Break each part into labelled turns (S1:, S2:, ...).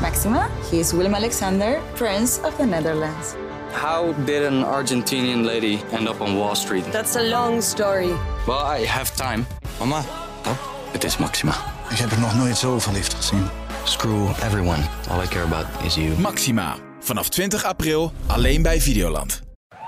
S1: Maxima. He is Willem Alexander, Prince of the Netherlands.
S2: How did an Argentinian lady end up on Wall Street?
S3: That's a long story.
S2: Well, I have time.
S4: Mama,
S2: Het is Maxima.
S5: Ik heb er nog nooit zo verliefd gezien.
S2: Screw everyone. All I care about is you.
S6: Maxima. Vanaf 20 april alleen bij Videoland.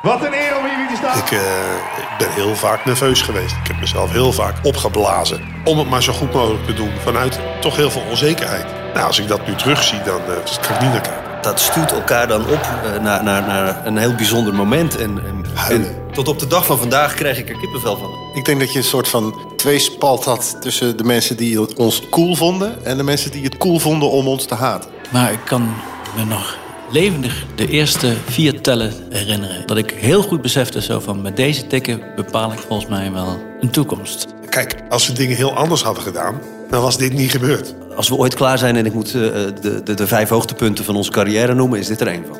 S7: Wat een eer om hier weer te staan.
S8: Ik, eh, ik ben heel vaak nerveus geweest. Ik heb mezelf heel vaak opgeblazen. Om het maar zo goed mogelijk te doen vanuit toch heel veel onzekerheid. Nou, als ik dat nu terugzie, dan eh, kan ik niet naar kijken.
S4: dat stuurt elkaar dan op eh, naar, naar, naar een heel bijzonder moment. En, en,
S8: Huilen.
S4: en tot op de dag van vandaag krijg ik er kippenvel van.
S9: Ik denk dat je een soort van tweespalt had tussen de mensen die ons cool vonden en de mensen die het cool vonden om ons te haten.
S10: Maar ik kan me nog levendig de eerste vier tellen herinneren. Dat ik heel goed besefte zo van met deze tikken bepaal ik volgens mij wel een toekomst.
S8: Kijk, als we dingen heel anders hadden gedaan, dan was dit niet gebeurd.
S4: Als we ooit klaar zijn en ik moet eh, de, de, de vijf hoogtepunten van onze carrière noemen, is dit er een van.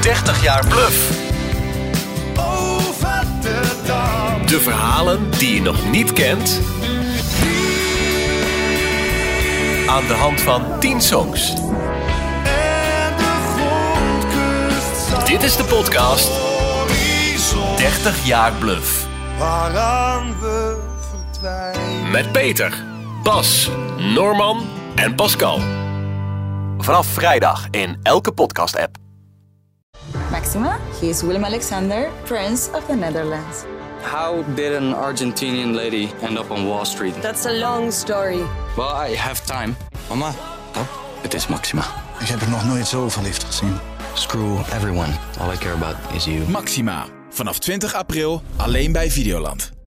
S6: 30 jaar Bluff.
S7: Over de dam.
S6: De verhalen die je nog niet kent. Aan de hand van 10 songs.
S7: En de grondkust zal
S6: Dit is de podcast
S7: horizon
S6: 30 jaar Bluff.
S7: Waaraan we verdwijnen.
S6: Met Peter, Bas, Norman en Pascal. Vanaf vrijdag in elke podcast-app.
S1: Maxima. He is Willem Alexander, Prince of the Netherlands.
S2: How did an Argentinian lady end up on Wall Street?
S3: That's a long story.
S2: Well, I have time.
S4: Mama,
S2: Het is Maxima.
S5: Ik heb er nog nooit zo verliefd gezien.
S2: Screw everyone. All I care about is you.
S6: Maxima. Vanaf 20 april alleen bij Videoland.